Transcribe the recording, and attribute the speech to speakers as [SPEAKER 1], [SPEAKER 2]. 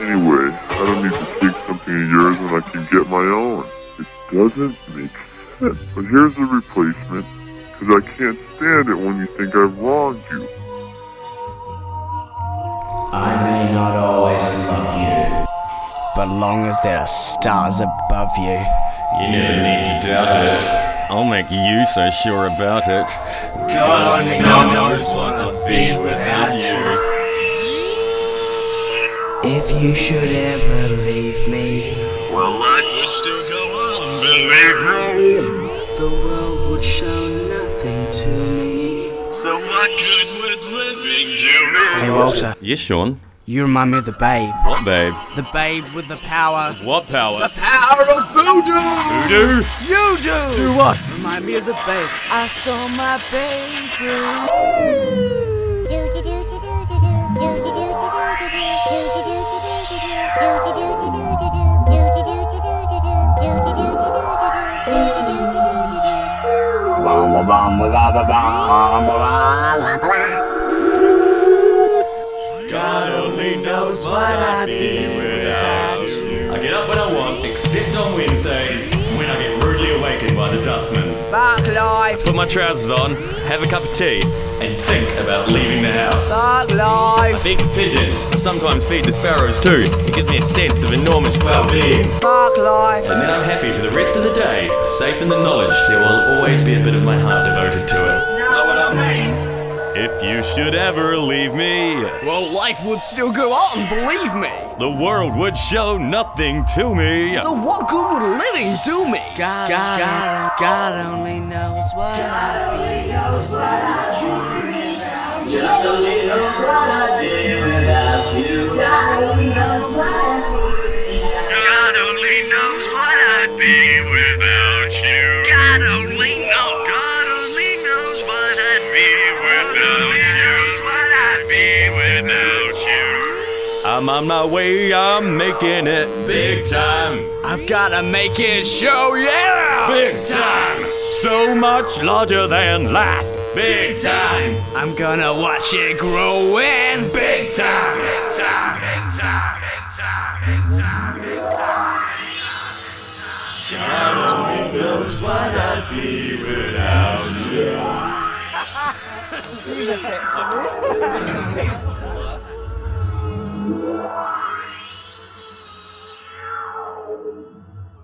[SPEAKER 1] anyway. I don't need to take something of yours when I can get my own. It doesn't make sense. But here's the replacement, because I can't stand it when you think I've wronged you.
[SPEAKER 2] I may not always love you, but long as there are stars above you.
[SPEAKER 3] You never need to doubt it. I'll make you so sure about it.
[SPEAKER 4] God only knows what I'd be without you.
[SPEAKER 2] If you should ever leave me,
[SPEAKER 4] Well, life would still go on, believe me.
[SPEAKER 2] the world would show nothing to me.
[SPEAKER 4] So what good would living do
[SPEAKER 2] Hey, Walter,
[SPEAKER 3] Yes, Sean.
[SPEAKER 2] you remind me of the babe.
[SPEAKER 3] What, babe?
[SPEAKER 2] The babe with the power.
[SPEAKER 3] What power?
[SPEAKER 2] Power of voodoo!
[SPEAKER 3] Voodoo?
[SPEAKER 2] You do! Do
[SPEAKER 3] what?
[SPEAKER 2] Remind me of the babe. I saw my baby.
[SPEAKER 4] God only knows what I'd be without you. I get up when I want, except on Wednesdays, when I get rudely awakened by the dustman.
[SPEAKER 2] Bark life,
[SPEAKER 3] Put my trousers on, have a cup of tea.
[SPEAKER 4] And think about leaving the house.
[SPEAKER 2] bark life,
[SPEAKER 3] Feed the pigeons. I sometimes feed the sparrows too. It gives me a sense of enormous well-being.
[SPEAKER 2] bark life.
[SPEAKER 4] And then I'm happy for the rest of the day, safe in the knowledge there will always be a bit of my heart devoted to it. Know what I mean?
[SPEAKER 3] If you should ever leave me,
[SPEAKER 2] Well, life would still go on, believe me.
[SPEAKER 3] the world would show nothing to me.
[SPEAKER 2] So what good would living do me? God, God, God, only knows what I
[SPEAKER 4] God only knows what I'd be without you. God only knows. God only knows what I'd be without you. What I'd be without you.
[SPEAKER 3] I'm on my way, I'm making it big time.
[SPEAKER 2] I've gotta make it show, yeah!
[SPEAKER 3] Big time. So much larger than life. Big time.
[SPEAKER 2] I'm gonna watch it grow in big time.
[SPEAKER 3] Big time. Big time. Big time. Big time. Big time.